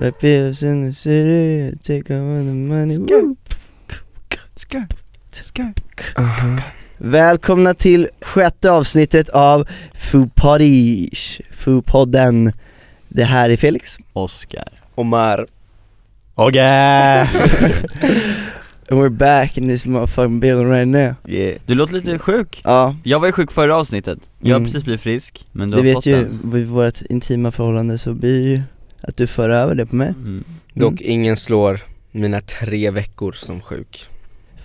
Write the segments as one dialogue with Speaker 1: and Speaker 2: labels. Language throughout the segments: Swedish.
Speaker 1: The pills in the city, take away the money Woo! Uh-huh. Välkomna till sjätte avsnittet av Foo Paris, Foo podden Det här är Felix
Speaker 2: Oscar.
Speaker 3: Omar
Speaker 2: Åge!
Speaker 1: And we're back in this motherfucking building right now
Speaker 2: Du låter lite sjuk.
Speaker 1: Ja,
Speaker 2: Jag var ju sjuk förra avsnittet. Jag har
Speaker 1: Mm.
Speaker 2: precis blivit frisk, men du
Speaker 1: du
Speaker 2: har
Speaker 1: vet
Speaker 2: fått
Speaker 1: ju,
Speaker 2: den.
Speaker 1: vid vårt intima förhållande så blir det ju att du för över det på mig
Speaker 2: Mm.
Speaker 3: Dock ingen slår mina tre veckor som sjuk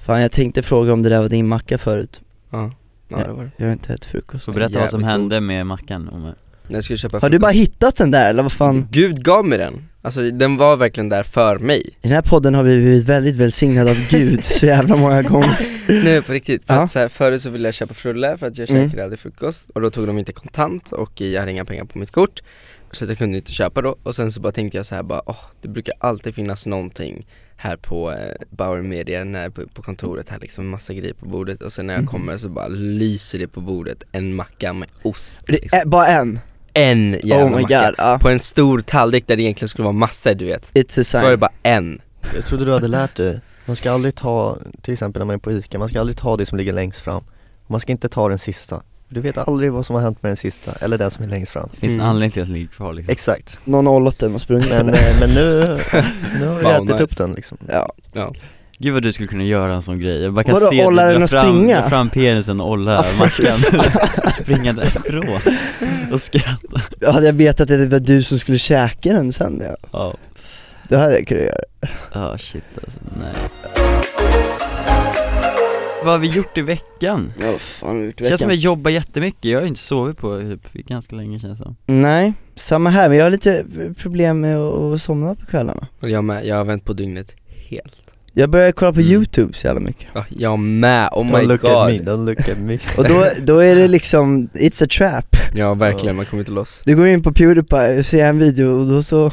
Speaker 1: Fan jag tänkte fråga om det där var din macka förut,
Speaker 3: Ja, ja det var det
Speaker 1: jag har inte ätit frukost
Speaker 2: Får berätta vad som
Speaker 3: Jävligt
Speaker 2: hände med mackan Omer.
Speaker 3: När jag skulle köpa
Speaker 1: Har du bara
Speaker 3: frukost-
Speaker 1: hittat den där eller vad fan?
Speaker 3: Gud gav mig den, alltså den var verkligen där för mig
Speaker 1: I den här podden har vi blivit väldigt välsignade av gud så jävla många gånger
Speaker 3: Nu på riktigt, för
Speaker 1: Ja.
Speaker 3: att så här, förut så ville jag köpa frulle för att jag
Speaker 1: Mm.
Speaker 3: käkade aldrig frukost och då tog de inte kontant och jag hade inga pengar på mitt kort Så att jag kunde inte köpa då och sen så bara tänkte jag så här bara åh, det brukar alltid finnas någonting här på eh, Bauer Media, när, på, på kontoret här liksom, massa grejer på bordet och sen när jag
Speaker 1: Mhm.
Speaker 3: kommer så bara lyser det på bordet en macka med ost liksom.
Speaker 1: Det är bara en,
Speaker 3: en jävla
Speaker 1: oh my
Speaker 3: macka
Speaker 1: god, ja
Speaker 3: På en stor tallrik där det egentligen skulle vara massor du vet
Speaker 1: It's a
Speaker 3: Så var det
Speaker 1: sign
Speaker 3: bara en
Speaker 4: Jag trodde du hade lärt dig. Man ska aldrig ta, till exempel när man är på ICA, man ska aldrig ta det som ligger längst fram. Man ska inte ta den sista. Du vet aldrig vad som har hänt med den sista, eller den som är längst fram.
Speaker 2: Det finns en
Speaker 3: Mm.
Speaker 2: anledning till att den ligger kvar liksom.
Speaker 4: Exakt.
Speaker 1: Någon har ållit den och sprungit
Speaker 4: Men,
Speaker 1: med
Speaker 4: eh,
Speaker 1: den
Speaker 4: men nu, nu har du
Speaker 3: Fan,
Speaker 4: ätit
Speaker 3: nice.
Speaker 4: upp den liksom.
Speaker 1: Ja,
Speaker 2: Gud vad du skulle kunna göra en sån grej. Jag bara kan
Speaker 1: Vadå,
Speaker 2: se dig
Speaker 1: olla
Speaker 2: dra
Speaker 1: den och
Speaker 2: fram,
Speaker 1: springa? Ah,
Speaker 2: dra fram penisen och olla mackan. springa därifrån. Och skratta.
Speaker 1: hade jag vetat att det var du som skulle käka den sen ja,
Speaker 2: Ja,
Speaker 1: då hade jag kunnat göra det
Speaker 2: Ja, shit alltså, nej. Vad har vi gjort i veckan?
Speaker 1: Ja fan, har gjort i
Speaker 2: Känns som
Speaker 1: veckan?
Speaker 2: jag jobbar jättemycket, jag har inte sovit på typ ganska länge känns det som.
Speaker 1: Mm, Nej, samma här, men jag har lite problem med att somna på kvällarna
Speaker 3: Och jag med, jag har vänt på dygnet helt
Speaker 1: Jag började kolla på
Speaker 3: Mm.
Speaker 1: youtube så jävla mycket
Speaker 3: Ja, Jag med, oh
Speaker 4: don't
Speaker 3: my
Speaker 4: look at me,
Speaker 3: god
Speaker 4: don't look at me.
Speaker 1: Och då, då är det liksom, it's a trap
Speaker 3: Ja verkligen, man kommer inte loss
Speaker 1: Du går in på Pewdiepie och ser en video och då så,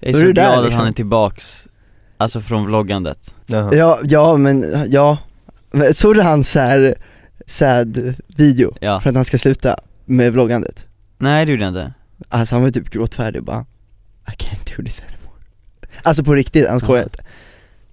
Speaker 2: Jag är
Speaker 1: Då är
Speaker 2: så
Speaker 1: du där,
Speaker 2: glad att
Speaker 1: liksom.
Speaker 2: han är tillbaks, alltså från vloggandet
Speaker 4: Jaha.
Speaker 1: ja, ja men, ja Men Såg du hans så här sad video?
Speaker 2: Ja,
Speaker 1: För att han ska sluta med vloggandet?
Speaker 2: nej det gjorde jag inte
Speaker 1: Alltså han var typ gråtfärdig och bara I can't do this anymore Alltså på riktigt, han skojar
Speaker 2: Ja.
Speaker 1: inte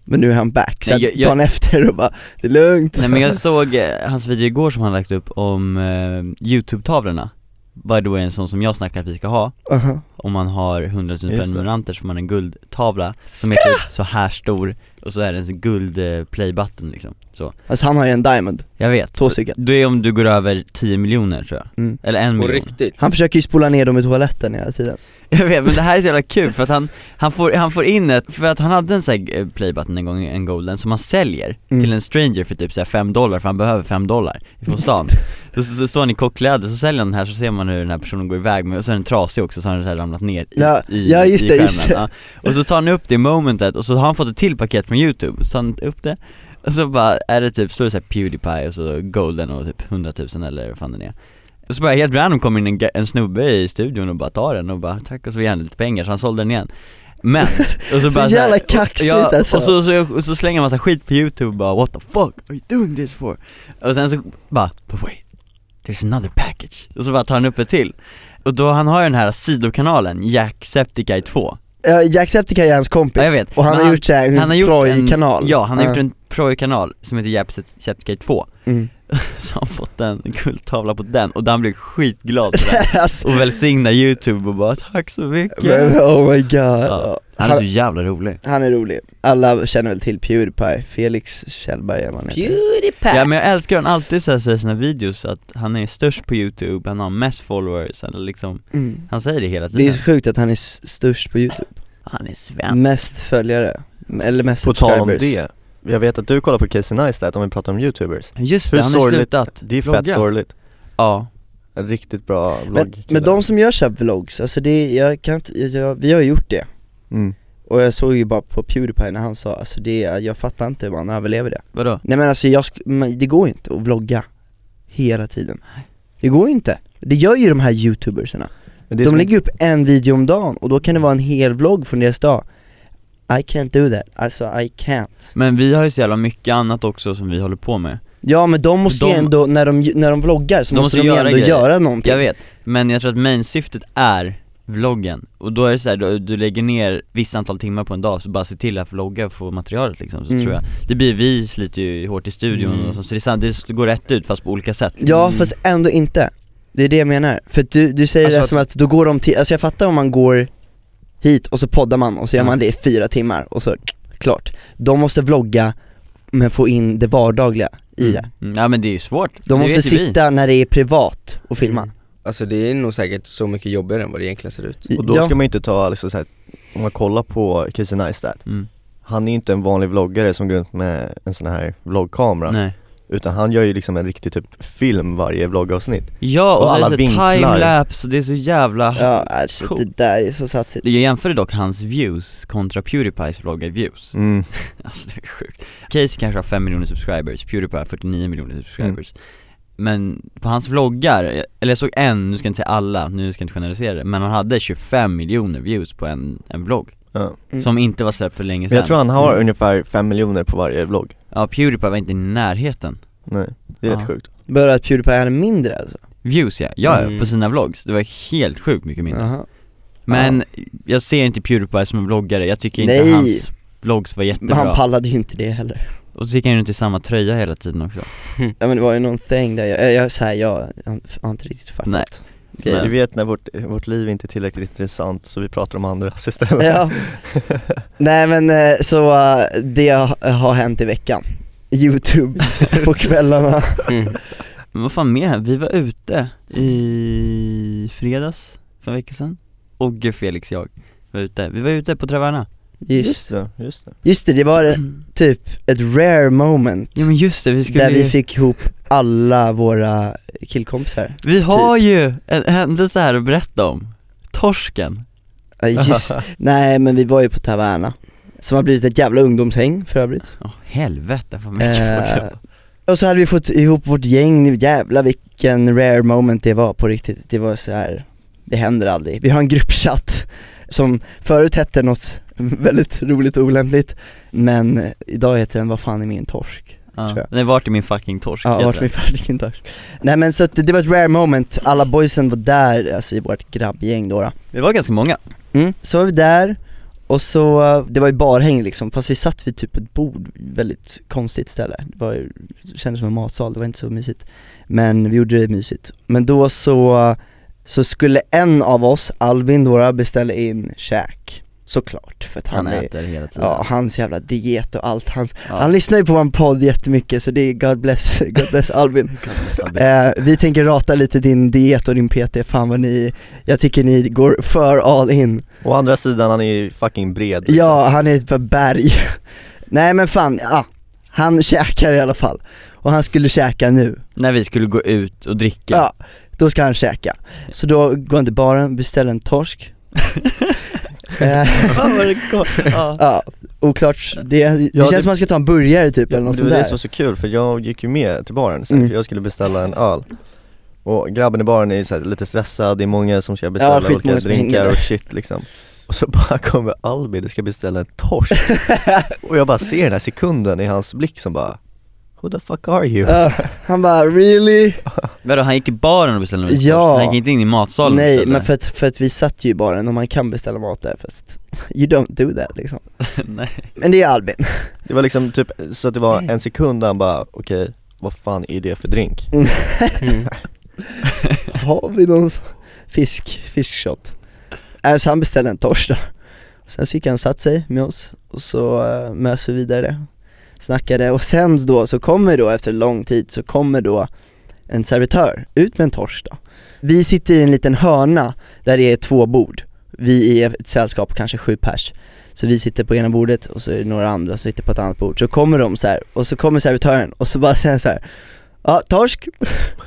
Speaker 1: Men nu är han back, sen
Speaker 2: Nej, jag- jag-
Speaker 1: dagen efter och bara, det är lugnt
Speaker 2: Nej men jag såg eh, hans video igår som han lagt upp om eh, youtube-tavlorna By the way en sån som jag snackar att vi ska ha
Speaker 1: Aha.
Speaker 2: Om man har 100 000
Speaker 4: Just det.
Speaker 2: prenumeranter så får man en guldtavla som är typ så här stor och så är det en guld eh, play button liksom, så
Speaker 1: Alltså han har ju en diamond,
Speaker 2: Jag vet,
Speaker 1: två stycken
Speaker 2: det är om du går över 10 miljoner tror jag,
Speaker 1: Mm.
Speaker 2: eller en
Speaker 3: På
Speaker 2: miljon
Speaker 3: riktigt
Speaker 1: Han försöker ju spola ner dem i toaletten hela tiden
Speaker 2: Jag vet, men det här är så jävla kul för att han, han, får, han får in ett, för att han hade en sån här eh, playbutton en gång, en golden, som han säljer
Speaker 1: Mm.
Speaker 2: till en stranger för typ såhär 5 dollar, för han behöver 5 dollar från stan så, så, så står han i kockkläder, så säljer han den här, så ser man hur den här personen går iväg med, och så är den trasig också, så har den så här ramlat ner i,
Speaker 1: Ja,
Speaker 2: i,
Speaker 1: ja, just
Speaker 2: i
Speaker 1: det, just
Speaker 2: skärmen, ja. Och så tar han upp det momentet, och så har han fått ett till paket från youtube, så tar han upp det och så bara är det typ, står det såhär Pewdiepie och så golden och typ 100 000 eller vad fan den är och så bara helt random kom in en, ga- en snubbe i studion och bara tar den och bara tack och så ger han lite pengar så han sålde den igen Men, och
Speaker 1: Så
Speaker 2: så bara
Speaker 1: jävla
Speaker 2: här-
Speaker 1: kaxigt
Speaker 2: ja,
Speaker 1: alltså.
Speaker 2: och så, så, och så slänger han massa skit på youtube och bara what the fuck are you doing this for? Och sen så bara but wait, there's another package Och så bara tar han upp ett till Och då, han har ju den här sidokanalen, Jacksepticeye 2
Speaker 1: Ja, Jacksepticeye är hans kompis
Speaker 2: Ja, jag vet.
Speaker 1: och han
Speaker 2: Men
Speaker 1: har
Speaker 2: han-
Speaker 1: gjort såhär, en
Speaker 2: Han har gjort en,
Speaker 1: kanal
Speaker 2: ja han har gjort en proj-kanal som heter Jacksepticeye 2
Speaker 1: mm.
Speaker 2: Så han har fått en guldtavla på den och han blev skitglad för det
Speaker 1: alltså,
Speaker 2: och välsignar youtube och bara tack så mycket
Speaker 1: men, oh my god
Speaker 2: Ja. Han är så
Speaker 1: han,
Speaker 2: jävla rolig
Speaker 1: han är rolig, alla känner väl till Pewdiepie, Felix Kjellberg är vad han heter
Speaker 3: Pewdiepie!
Speaker 2: Ja men jag älskar hur han alltid så här säger i sina videos att han är störst på youtube, han har mest followers, eller liksom,
Speaker 1: mm.
Speaker 2: han säger det hela
Speaker 1: Det är
Speaker 2: tiden
Speaker 1: så sjukt att han är s- störst på youtube,
Speaker 2: Han är svensk
Speaker 1: mest följare, eller mest
Speaker 4: På tal om
Speaker 1: subscribers
Speaker 4: det, jag vet att du kollar på Casey Neistat om vi pratar om youtubers.
Speaker 2: Just
Speaker 4: Hur
Speaker 2: det, han har
Speaker 4: sorgligt-
Speaker 2: slutat
Speaker 4: Det är
Speaker 2: vlogga.
Speaker 4: fett sorgligt.
Speaker 2: Ja,
Speaker 4: Riktigt bra
Speaker 1: Men,
Speaker 4: vlogg
Speaker 1: men de som gör så här vlogs, alltså det, är- jag kan inte, jag, vi har ju gjort det
Speaker 4: mm.
Speaker 1: och jag såg ju bara på Pewdiepie när han sa, alltså det, är- jag fattar inte hur man överlever det
Speaker 2: Vadå?
Speaker 1: Nej men alltså jag, sk- men det går ju inte att vlogga hela tiden Det går ju inte, det gör ju de här youtubersarna
Speaker 4: men det är
Speaker 1: De
Speaker 4: som-
Speaker 1: lägger upp en video om dagen och då kan det vara en hel vlogg från deras dag I can't do that, alltså I can't
Speaker 2: Men vi har ju så jävla mycket annat också som vi håller på med
Speaker 1: Ja men de måste ju
Speaker 2: De-
Speaker 1: ändå, när de, när de vloggar så
Speaker 2: De
Speaker 1: måste,
Speaker 2: måste
Speaker 1: de ju
Speaker 2: göra
Speaker 1: ändå
Speaker 2: grejer.
Speaker 1: göra någonting
Speaker 2: Jag vet, men jag tror att main-syftet är vloggen Och då är det så här, du, du lägger ner visst antal timmar på en dag, så bara se till att vlogga och få materialet liksom, så
Speaker 1: Mm.
Speaker 2: tror jag Det blir, vi sliter ju hårt i studion
Speaker 3: Mm.
Speaker 2: och så, så det, är sant, det går rätt ut fast på olika sätt
Speaker 1: Ja
Speaker 3: Mm.
Speaker 1: fast ändå inte, det är det jag menar. För att du, du säger
Speaker 3: Alltså
Speaker 1: det
Speaker 3: att-
Speaker 1: som att då går de till, alltså jag fattar om man går hit och så poddar man och så gör
Speaker 2: Mm.
Speaker 1: man det i fyra timmar och så, klart. De måste vlogga men få in det vardagliga i det.
Speaker 2: Mm. Ja men det är ju svårt,
Speaker 1: De
Speaker 2: det
Speaker 1: måste
Speaker 2: vet ju vi.
Speaker 1: sitta när det är privat och filma.
Speaker 3: Alltså det är nog säkert så mycket jobbigare än vad det egentligen ser ut
Speaker 4: Och då
Speaker 1: ja.
Speaker 4: ska man ju inte ta liksom, så här, om man kollar på Casey Neistat
Speaker 2: Mm.
Speaker 4: Han är ju inte en vanlig vloggare som går runt med en sån här vloggkamera
Speaker 2: Nej.
Speaker 4: Utan han gör ju liksom en riktig typ film varje vloggavsnitt
Speaker 2: Ja och,
Speaker 4: Och
Speaker 2: så
Speaker 4: alla
Speaker 2: är det
Speaker 4: vinklar.
Speaker 2: timelapse, det är så jävla
Speaker 1: ja alltså
Speaker 2: Cool.
Speaker 1: det där är så satsigt.
Speaker 2: Jag jämförde dock hans views kontra Pewdiepies vloggar views
Speaker 4: mm.
Speaker 2: Alltså det är sjukt Casey kanske har 5 miljoner subscribers, Pewdiepie har 49 miljoner subscribers Men på hans vloggar, eller jag såg en, nu ska jag inte säga alla, nu ska jag inte generalisera det Men han hade 25 miljoner views på en, en vlogg
Speaker 4: ja.
Speaker 1: Mm.
Speaker 2: Som inte var släppt för länge
Speaker 4: Men
Speaker 2: sedan
Speaker 4: jag tror han har
Speaker 2: Mm.
Speaker 4: ungefär 5 miljoner på varje vlogg
Speaker 2: Ja, Pewdiepie var inte i närheten
Speaker 4: Nej, det är
Speaker 2: Ja.
Speaker 4: rätt sjukt
Speaker 1: Bara att Pewdiepie är mindre alltså.
Speaker 2: Views ja, ja ja,
Speaker 3: Mm.
Speaker 2: på sina vlogs, det var helt sjukt mycket mindre
Speaker 1: Jaha.
Speaker 2: Men jag ser inte Pewdiepie som en vloggare, jag tycker inte
Speaker 1: Nej.
Speaker 2: hans vlogs var
Speaker 1: Men
Speaker 2: jättebra
Speaker 1: han pallade ju inte det heller.
Speaker 2: Och så gick han runt i samma tröja hela tiden också
Speaker 1: Ja men det var ju någon thing där, jag, jag, så här, jag, jag har inte riktigt fattat
Speaker 2: Nej.
Speaker 1: grejen.
Speaker 4: Du vet när vårt, vårt liv inte är tillräckligt intressant så vi pratar om andra istället
Speaker 1: Ja. Nej men eh, så eh, det har har hänt i veckan. Youtube på kvällarna.
Speaker 3: mm.
Speaker 2: Men vad fan mer? här? Vi var ute i fredags, för en vecka sedan Och gud, Felix jag var ute, vi var ute på Traverna
Speaker 1: Just,
Speaker 4: det, just det
Speaker 1: just det, det var eh, typ ett rare moment
Speaker 2: Ja men just det, vi skulle
Speaker 1: där vi fick ihop alla våra killkompisar.
Speaker 2: Vi har ju en händelse här att berätta om Torsken
Speaker 1: Ja, Just, nej men vi var ju på Taverna, som har blivit ett jävla ungdomshäng för övrigt.
Speaker 2: Åh helvete vad mycket folk det
Speaker 1: Eh,
Speaker 2: var.
Speaker 1: och så hade vi fått ihop vårt gäng, jävla vilken rare moment det var på riktigt. Det var så här. det händer aldrig. Vi har en gruppchatt som förut hette något väldigt roligt och olämpligt, men idag heter den Vad fan är min torsk? tror
Speaker 2: ja.
Speaker 1: jag.
Speaker 2: Nej vart är min fucking torsk?
Speaker 1: Ja,
Speaker 2: heter
Speaker 1: vart
Speaker 2: det.
Speaker 1: min fucking torsk? Nej men så att det, det var ett rare moment, alla boysen var där, alltså i vårt grabbgäng då. då.
Speaker 2: Vi var ganska många
Speaker 1: Mm. Så var vi där, och så, eh, det var ju barhäng liksom, fast vi satt vid typ ett bord, väldigt konstigt ställe. Det var ju, det kändes som en matsal, det var inte så mysigt. Men vi gjorde det mysigt. Men då så, så skulle en av oss, Albin då, beställa in käk. Såklart, för att han,
Speaker 2: Han
Speaker 1: är,
Speaker 2: äter hela tiden
Speaker 1: ja hans jävla diet och allt, hans,
Speaker 2: Ja.
Speaker 1: han lyssnar ju på vår podd jättemycket så det är God bless, God bless Albin. Eh, vi tänker rata lite din diet och din PT, fan vad ni, jag tycker ni går för all in.
Speaker 4: Å andra sidan, han är ju fucking bred liksom.
Speaker 1: Ja, han är ett berg. Nej men fan, ja. Han käkar i alla fall. Och han skulle käka nu.
Speaker 2: När vi skulle gå ut och dricka
Speaker 1: Ja, då ska han käka. Så då går han till baren, beställer en torsk. Eh,
Speaker 2: Fan vad det går. Ja.
Speaker 1: ja, oklart. Det, det
Speaker 4: Ja,
Speaker 1: känns
Speaker 4: det-
Speaker 1: som att man ska ta en burgare typ eller
Speaker 4: men
Speaker 1: något
Speaker 4: det var
Speaker 1: sånt
Speaker 4: det
Speaker 1: där.
Speaker 4: som var så kul för jag gick ju med till baren sen,
Speaker 1: Mm.
Speaker 4: för jag skulle beställa en öl Och grabben i baren är ju så här lite stressad, det är många som ska
Speaker 1: Ja,
Speaker 4: beställa
Speaker 1: skitmånga
Speaker 4: olika
Speaker 1: som hänger
Speaker 4: drinkar
Speaker 1: där.
Speaker 4: och shit liksom Och så bara kommer Albin och ska beställa en torsk Och jag bara ser den här sekunden i hans blick som bara Who the fuck are you?
Speaker 1: Ja, han bara really?
Speaker 2: Vadå, han gick i baren och beställde en torsk?
Speaker 1: Ja.
Speaker 2: Han gick inte in i matsalen och
Speaker 1: Nej
Speaker 2: beställde
Speaker 1: men för att, för att vi satt ju i baren och man kan beställa mat där fast you don't do that liksom.
Speaker 2: Nej.
Speaker 1: Men det är Albin.
Speaker 4: Det var liksom typ, så att det var en sekund där han bara okej, vad fan är det för drink?
Speaker 3: Mm.
Speaker 1: Har vi någon s- fisk, fiskshot? Äh, Så han beställde en torsk då. Sen så gick han och satt sig med oss och så uh, möts vi vidare, snackade och sen då så kommer då efter lång tid så kommer då en servitör ut med en torsk då. Vi sitter i en liten hörna där det är två bord. Vi är ett sällskap, kanske sju pers. Så vi sitter på ena bordet och så är det några andra som sitter på ett annat bord. Så kommer de så här och så kommer servitören och så bara säger han så här Ja, torsk.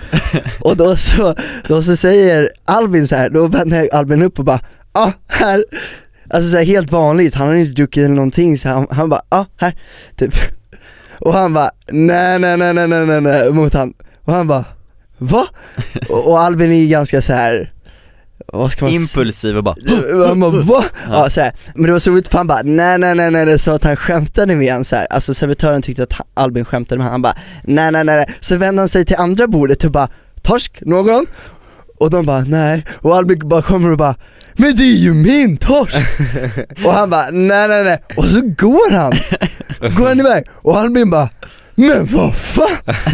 Speaker 1: och då så, då så säger Albin så här, då vänder Albin upp och bara, ja ah, här. Alltså så här, helt vanligt, han har inte druckit eller någonting så han, han bara, ja ah, här, typ. Och han bara, nej nej nej nej nej nej nej, mot han. Och han bara, va? Och, och Albin är ju ganska så här. vad ska man s-
Speaker 2: Impulsiv och bara
Speaker 1: han bara va? Ja, så här. Men det var så roligt för han bara nej nej nej nej, nej så att han skämtade med han så här. alltså servitören tyckte att Albin skämtade med han, han bara nej nej nej nej. så vände han sig till andra bordet och bara torsk någon? Och de bara nej, och Albin bara kommer och bara men det är ju min torsk! och han bara nej nej nej, och så går han! Går han iväg, och Albin bara men vad fan!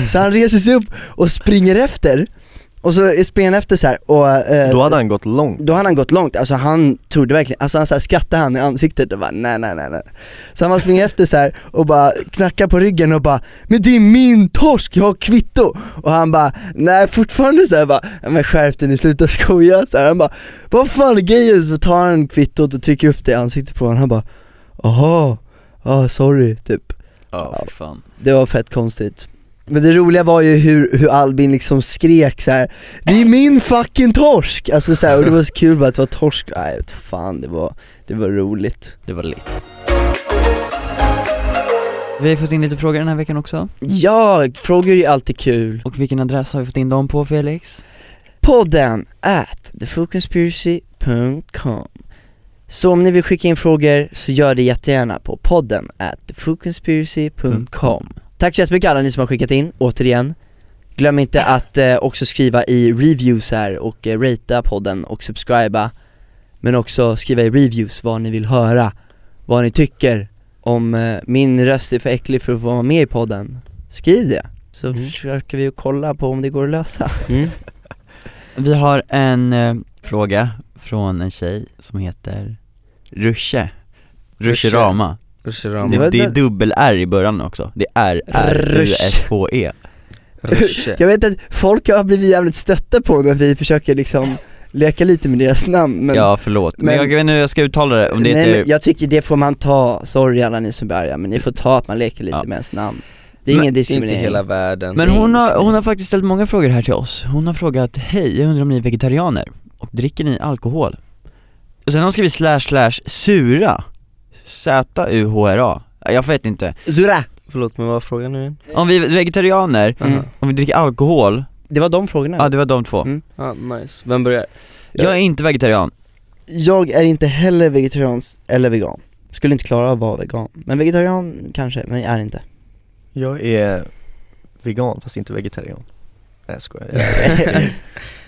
Speaker 1: Så han reser sig upp och springer efter, och så springer han efter så här och eh,
Speaker 4: Då hade han gått långt.
Speaker 1: då hade han gått långt, alltså han trodde verkligen, alltså han så här skrattade han i ansiktet och bara nej nej nej nej Så han bara springer efter så här och bara knackar på ryggen och bara Men det är min torsk, jag har kvitto! Och han bara nej fortfarande så här bara "Ja, Men skärp dig nu, sluta skoja så här. Han bara vad fan är grejen? Så tar han kvittot och trycker upp det i ansiktet på honom, han bara Jaha, ah sorry typ
Speaker 2: Ja, fy fan
Speaker 1: Det var fett konstigt men det roliga var ju hur, hur Albin liksom skrek så här. Det är min fucking torsk! Alltså så här, och det var så kul bara att det var torsk, nej vet fan det var, det var roligt
Speaker 2: Det var lite Vi har fått in lite frågor den här veckan också
Speaker 1: Ja, frågor är ju alltid kul
Speaker 2: Och vilken adress har vi fått in dem på Felix?
Speaker 1: Podden at thefoodconspiracy.com Så om ni vill skicka in frågor så gör det jättegärna på podden at thefoodconspiracy.com Tack så jättemycket alla ni som har skickat in, återigen Glöm inte att eh, också skriva i reviews här och eh, ratea podden och subscriba Men också skriva i reviews vad ni vill höra, vad ni tycker om eh, min röst är för äcklig för att få vara med i podden Skriv det, så
Speaker 3: Mm.
Speaker 1: försöker vi att kolla på om det går att lösa
Speaker 3: Mm.
Speaker 2: Vi har en eh, fråga från en tjej som heter Rusche Rusche
Speaker 3: Rusche.
Speaker 2: Rama
Speaker 3: Rushirama.
Speaker 2: Det,
Speaker 1: var-
Speaker 2: det är dubbel-R i början också, det är R-R-U-S-H-E
Speaker 3: Rusche.
Speaker 1: Jag vet att folk har blivit jävligt stötta på när vi försöker liksom leka lite med deras namn men,
Speaker 2: Ja förlåt, men,
Speaker 1: men-
Speaker 2: jag vet inte hur jag ska uttala det om det
Speaker 1: nej,
Speaker 2: heter
Speaker 1: men jag tycker det får man ta, sorry alla ni som är arga, men ni får ta att man leker lite
Speaker 2: Ja.
Speaker 1: med ens namn Det är
Speaker 2: Men
Speaker 1: ingen
Speaker 3: Det är inte
Speaker 1: diskriminering
Speaker 3: hela världen.
Speaker 2: Men
Speaker 1: Nej,
Speaker 2: hon
Speaker 1: just
Speaker 2: har,
Speaker 1: det.
Speaker 2: hon har faktiskt ställt många frågor här till oss. Hon har frågat, hej, jag undrar om ni är vegetarianer? Och dricker ni alkohol? Och sen har hon skrivit slash slash sura, Z-U-H-R-A. Jag vet inte.
Speaker 1: Zura!
Speaker 3: Förlåt men vad var frågan nu igen?
Speaker 2: Om vi är vegetarianer,
Speaker 1: Mm.
Speaker 2: om vi dricker alkohol,
Speaker 1: Det var de frågorna
Speaker 2: ja det var de två.
Speaker 1: Mm.
Speaker 3: Ja, nice. Vem börjar?
Speaker 2: Jag är inte vegetarian.
Speaker 1: Jag är inte heller vegetarian eller vegan Skulle inte klara av att vara vegan, men vegetarian kanske, men jag är inte
Speaker 4: Jag är vegan fast inte vegetarian. Nej jag skojar.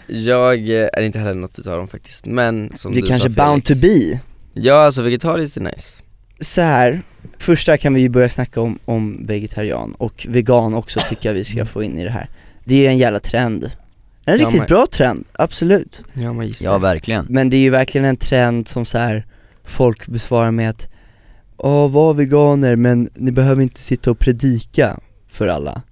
Speaker 4: Jag-
Speaker 3: Jag eh, är inte heller något utav dem faktiskt, men som
Speaker 1: Du
Speaker 3: du,
Speaker 1: är kanske
Speaker 3: sa,
Speaker 1: bound to
Speaker 3: Felix.
Speaker 1: be
Speaker 3: Ja alltså vegetariskt är nice
Speaker 1: så här första kan vi ju börja snacka om, om vegetarian och vegan också tycker jag vi ska få in i det här Det är en jävla trend, en
Speaker 3: Mm. Ja,
Speaker 1: riktigt
Speaker 3: men-
Speaker 1: bra trend, absolut
Speaker 3: Ja men just
Speaker 2: Ja verkligen.
Speaker 1: Men det är ju verkligen en trend som så här folk besvarar med att Ja, var veganer men ni behöver inte sitta och predika för alla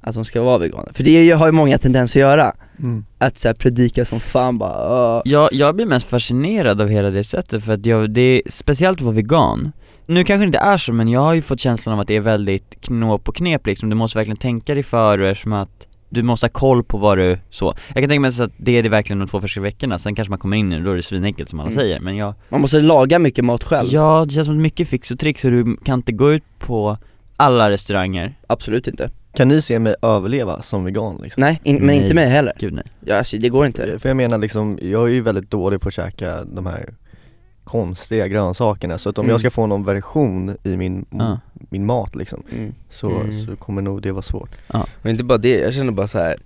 Speaker 1: att de ska vara veganer, för det är ju- har ju många tendenser att göra
Speaker 4: Mm.
Speaker 1: Att så här predika som fan bara "Ah."
Speaker 2: Jag, jag blir mest fascinerad av hela det sättet för att jag, det är speciellt att vara vegan. Nu kanske det inte är så men jag har ju fått känslan av att det är väldigt knåp och knep liksom, du måste verkligen tänka dig för och eftersom att du måste ha koll på vad du, så. Jag kan tänka mig så att det är det verkligen de två första veckorna, sen kanske man kommer in i det och då är det svinenkelt som alla
Speaker 1: Mm.
Speaker 2: säger men jag,
Speaker 1: Man måste laga mycket mat själv,
Speaker 2: ja det känns som att mycket fix och tricks och du kan inte gå ut på alla restauranger,
Speaker 1: absolut inte
Speaker 4: Kan ni se mig överleva som vegan liksom?
Speaker 1: Nej, in, men
Speaker 2: Nej.
Speaker 1: inte mig heller,
Speaker 2: gud nej.
Speaker 1: ja, alltså, det går inte
Speaker 4: För jag menar liksom, jag är ju väldigt dålig på att käka de här konstiga grönsakerna så att om
Speaker 1: Mm.
Speaker 4: jag ska få någon version i min,
Speaker 2: Ja.
Speaker 4: min mat liksom
Speaker 1: mm.
Speaker 4: så,
Speaker 3: Mm.
Speaker 4: så kommer nog det vara svårt
Speaker 3: Och inte bara det, jag känner bara så här.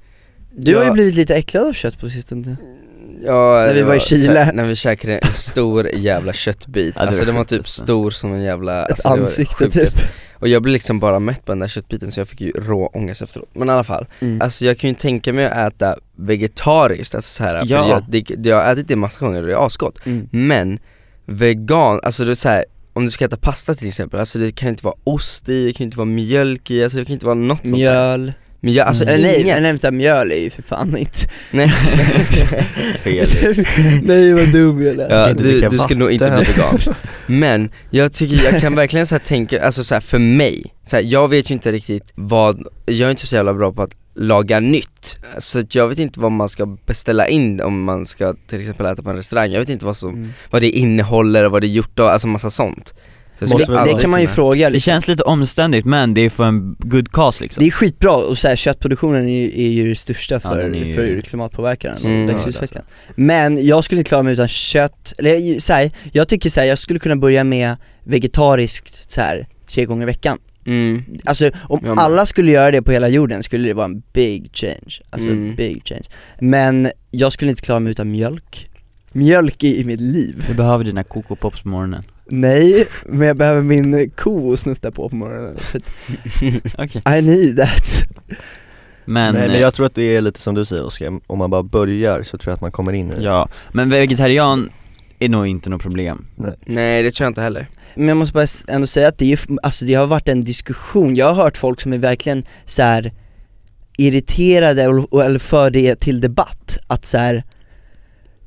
Speaker 1: Du har ju
Speaker 3: Ja.
Speaker 1: blivit lite äcklad av kött på sistone
Speaker 3: Ja,
Speaker 1: När vi
Speaker 3: det
Speaker 1: var i Chile.
Speaker 3: så här, När vi käkade en stor jävla köttbit,
Speaker 2: Ja, det
Speaker 3: alltså
Speaker 2: var
Speaker 3: den var typ
Speaker 2: sjukaste.
Speaker 3: stor som en jävla alltså, det var det
Speaker 1: ansikte, typ.
Speaker 3: sjukaste. Och jag blev liksom bara mätt på den där köttbiten så jag fick ju rå ångest efteråt Men i alla fall,
Speaker 1: mm.
Speaker 3: alltså jag kan ju tänka mig att äta vegetariskt, alltså så här,
Speaker 2: Ja.
Speaker 3: för jag, det, det- jag har ätit det massa gånger och det är asgott
Speaker 1: Mm.
Speaker 3: Men vegan, alltså det är så här, om du ska äta pasta till exempel, alltså det kan inte vara ost i, det kan inte vara mjölk i, alltså det kan inte vara något sånt där
Speaker 1: Mjöl,
Speaker 3: Men jag, alltså
Speaker 1: eller Mm. nej,
Speaker 3: inget,
Speaker 1: nej vänta mjöl är ju för fan inte
Speaker 3: nej
Speaker 1: Nej vad dum jag lät
Speaker 3: Ja,
Speaker 4: inte
Speaker 3: du,
Speaker 4: dricka
Speaker 3: du skulle nog inte bli
Speaker 4: vatten.
Speaker 3: vegan Men jag tycker, jag kan verkligen så här tänka, alltså så här för mig, så här, jag vet ju inte riktigt vad, jag är inte så jävla bra på att lagar nytt. Så att jag vet inte vad man ska beställa in om man ska till exempel äta på en restaurang. Jag vet inte vad, som,
Speaker 1: Mm.
Speaker 3: vad det innehåller och vad det är gjort av, alltså massa sånt. Så jag
Speaker 4: Måste
Speaker 3: skulle
Speaker 4: väl-
Speaker 3: aldrig
Speaker 1: Det kan man ju
Speaker 3: kunna-
Speaker 1: fråga
Speaker 2: Det
Speaker 1: liksom.
Speaker 2: känns lite omständigt men det är för en good cause liksom
Speaker 1: Det är skitbra och så här, köttproduktionen är, ju- är ju det största för,
Speaker 2: den är ju-
Speaker 1: för klimatpåverkan, alltså,
Speaker 3: Mm.
Speaker 1: växthuseffekten Men jag skulle inte klara mig utan kött, eller jag- så här, jag tycker så här, jag skulle kunna börja med vegetariskt så här tre gånger i veckan
Speaker 3: Mm.
Speaker 1: Alltså om
Speaker 3: Ja, men-
Speaker 1: alla skulle göra det på hela jorden skulle det vara en big change, alltså
Speaker 3: Mm.
Speaker 1: big change Men jag skulle inte klara mig utan mjölk Mjölk i, i mitt liv
Speaker 2: Du behöver dina Coco Pops på morgonen
Speaker 1: Nej, men jag behöver min eh, ko att snutta på på morgonen för att
Speaker 2: Okej
Speaker 1: I need that
Speaker 2: Men,
Speaker 4: Nej men
Speaker 2: eh,
Speaker 4: jag tror att det är lite som du säger Oskar, om man bara börjar så tror jag att man kommer
Speaker 1: Eh.
Speaker 4: in i det
Speaker 2: ja, men vegetarian är nog inte något problem
Speaker 3: Nej det tror jag inte heller.
Speaker 1: Men jag måste bara s- ändå säga att det, är, ju f- alltså det har varit en diskussion, jag har hört folk som är verkligen så här irriterade och, och, eller för det till debatt, att så här.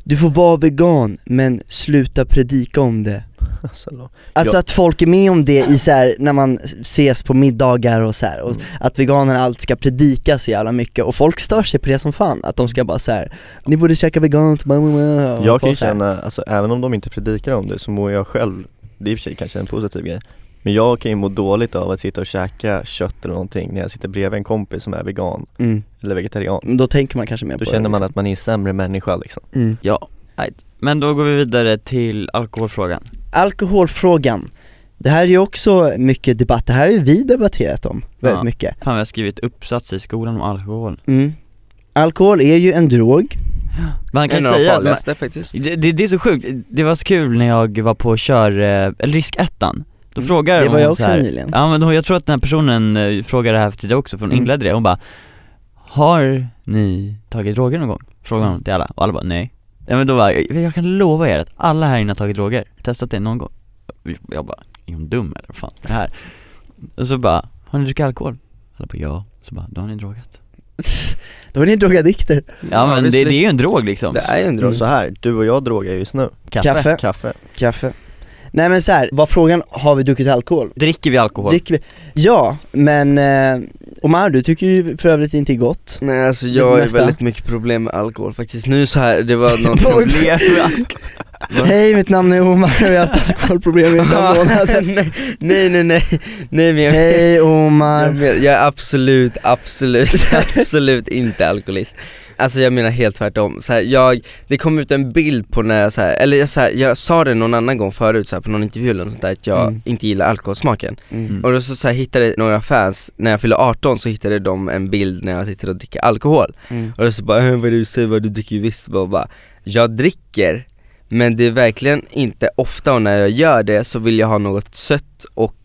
Speaker 1: Du får vara vegan men sluta predika om det
Speaker 4: alltså,
Speaker 1: Alltså
Speaker 4: Ja.
Speaker 1: att folk är med om det i så här, när man ses på middagar och så här, och
Speaker 4: Mm.
Speaker 1: att veganerna alltid ska predika så jävla mycket och folk stör sig på det som fan, att de ska bara så här. ni borde käka veganskt, bla, bla, bla, och
Speaker 4: Jag kan
Speaker 1: bara
Speaker 4: ju
Speaker 1: så här.
Speaker 4: känna, alltså även om de inte predikar om det så mår jag själv, det är i och för sig kanske en positiv grej Men jag kan ju må dåligt av att sitta och käka kött eller någonting när jag sitter bredvid en kompis som är vegan
Speaker 1: mm.
Speaker 4: eller vegetarian
Speaker 1: Men Då tänker man kanske mer
Speaker 4: Då
Speaker 1: på
Speaker 4: känner
Speaker 1: det
Speaker 4: man att man är en sämre människa liksom
Speaker 1: liksom. mm.
Speaker 2: Ja, right. men då går vi vidare till alkoholfrågan
Speaker 1: Alkoholfrågan, det här är ju också mycket debatt, det här har ju vi debatterat om väldigt
Speaker 2: Ja.
Speaker 1: mycket
Speaker 2: Fan vi har skrivit uppsatser i skolan om alkohol
Speaker 1: mm. Alkohol är ju en drog,
Speaker 2: Man kan
Speaker 3: en av de
Speaker 2: säga att Mm. man,
Speaker 3: farligaste faktiskt.
Speaker 2: det, det, det är så sjukt, det var så kul när jag var på kör, eh, eller riskettan Då
Speaker 1: Mm.
Speaker 2: frågar
Speaker 1: det
Speaker 2: hon
Speaker 1: var jag
Speaker 2: så
Speaker 1: också
Speaker 2: här,
Speaker 1: nyligen
Speaker 2: Ja men då, jag tror att den här personen eh, frågade det här till dig också, för hon
Speaker 1: Mm.
Speaker 2: inledde det, hon bara Har ni tagit droger någon gång? Frågade hon till alla, och alla bara nej Ja men då bara, jag, jag kan lova er att alla här inne har tagit droger, testat det någon gång Jag bara, är hon dum eller vad fan är det här? Och så bara, har ni druckit alkohol? Alla bara ja, så bara, då har ni drogat
Speaker 1: Då är ni drogadikter
Speaker 2: Ja,
Speaker 3: Ja,
Speaker 2: men det,
Speaker 3: visst,
Speaker 2: det är ju en drog liksom
Speaker 3: Det är ju en drog.
Speaker 4: Och Så här, du och jag drogar ju just nu,
Speaker 2: Kaffe.
Speaker 1: Kaffe.
Speaker 4: kaffe
Speaker 1: Kaffe Nej men så här, var frågan, har vi druckit alkohol?
Speaker 2: Dricker vi alkohol?
Speaker 1: Dricker vi? Ja, men eh, Omar du tycker ju för övrigt inte är gott
Speaker 3: Nej alltså
Speaker 1: jag
Speaker 3: jag
Speaker 1: har
Speaker 3: har
Speaker 1: ju
Speaker 3: Nästa.
Speaker 1: väldigt
Speaker 3: väldigt mycket problem med alkohol faktiskt. Nu så här, det var någon
Speaker 2: Problem.
Speaker 1: Hej mitt namn är Omar och jag har haft alkoholproblem i en månad
Speaker 3: nej, nej nej nej, nej men jag,
Speaker 1: Hej
Speaker 3: jag,
Speaker 1: Omar
Speaker 3: men, jag är absolut, absolut, absolut inte alkoholist Alltså jag menar helt tvärtom, så här, jag, det kom ut en bild på när jag så här, eller jag, så här, jag sa det någon annan gång förut så här, på någon intervju eller något sånt där att jag
Speaker 1: Mm.
Speaker 3: inte gillar alkoholsmaken
Speaker 2: Mm.
Speaker 3: Och då så, så här, hittade några fans, när jag fyllde 18 så hittade de en bild när jag sitter och dricker alkohol
Speaker 1: Mm.
Speaker 3: Och då så bara, "Eh, vad är det du säger, vad du dricker ju visst, bara, bara Jag dricker, men det är verkligen inte ofta och när jag gör det så vill jag ha något sött och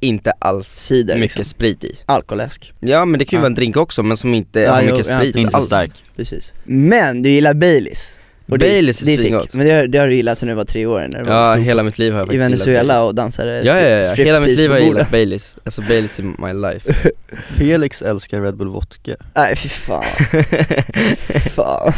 Speaker 3: inte alls
Speaker 1: Cider
Speaker 3: mycket
Speaker 1: liksom.
Speaker 3: sprit i
Speaker 1: Alkoläsk,
Speaker 3: Ja men det kan ju
Speaker 1: Ja.
Speaker 3: vara en drink också men som inte
Speaker 1: Ja,
Speaker 3: har
Speaker 1: jo,
Speaker 3: mycket
Speaker 1: ja,
Speaker 3: sprit
Speaker 1: precis.
Speaker 2: Inte så
Speaker 3: alls
Speaker 2: stark
Speaker 1: precis Men du gillar Baileys Och det-
Speaker 3: Baileys är
Speaker 1: det sick.
Speaker 3: svingott.
Speaker 1: Men det har, det har du gillat sedan du var tre år när du
Speaker 3: Ja
Speaker 1: var stor
Speaker 3: hela mitt liv har jag
Speaker 1: i
Speaker 3: faktiskt
Speaker 1: Venezuela
Speaker 3: gillat
Speaker 1: och dansade
Speaker 3: Baileys. Ja, ja, ja.
Speaker 1: strip-
Speaker 3: hela mitt
Speaker 1: striptease
Speaker 3: liv
Speaker 1: på
Speaker 3: har jag
Speaker 1: borden.
Speaker 3: gillat Baileys, alltså Baileys in my life
Speaker 4: Felix älskar Red Bull Vodka Alltså,
Speaker 1: Nej fy fan, fan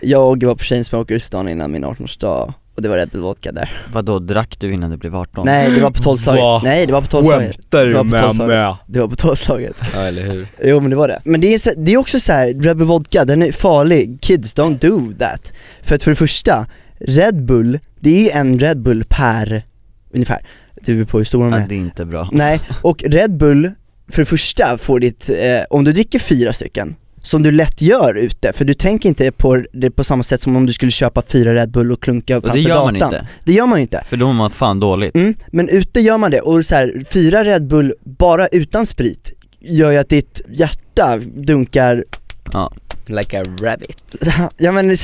Speaker 1: Jag var på Chainsmokers dagen innan min 18-årsdag och det var Red Bull Vodka där
Speaker 2: Vadå, drack du innan du blev 18?
Speaker 1: Nej det var på tolvslaget,
Speaker 3: Vad
Speaker 1: nej det var på tolvslaget
Speaker 3: Skämtar
Speaker 1: du Det var på med tolvslaget. Det var på tolvslaget,
Speaker 3: Ja eller hur
Speaker 1: jo men det var det Men det är, så- det är också så här, Red Bull Vodka, den är farlig, kids don't do that För att för det första, Red Bull, det är ju en Red Bull per, ungefär, det beror på hur stor de
Speaker 2: Ja,
Speaker 1: är
Speaker 2: det är inte bra
Speaker 1: Nej, och Red Bull, för det första får ditt, eh, om du dricker fyra stycken, som du lätt gör ute, för du tänker inte på det på samma sätt som om du skulle köpa fyra Red Bull och klunka
Speaker 2: Och det
Speaker 1: framför
Speaker 2: gör
Speaker 1: gatan
Speaker 2: man inte,
Speaker 1: Det gör man ju inte
Speaker 2: för då mår man fan dåligt
Speaker 1: Mm, men ute gör man det och så här, fyra Red Bull bara utan sprit gör ju att ditt hjärta dunkar,
Speaker 3: Like a rabbit
Speaker 1: ja men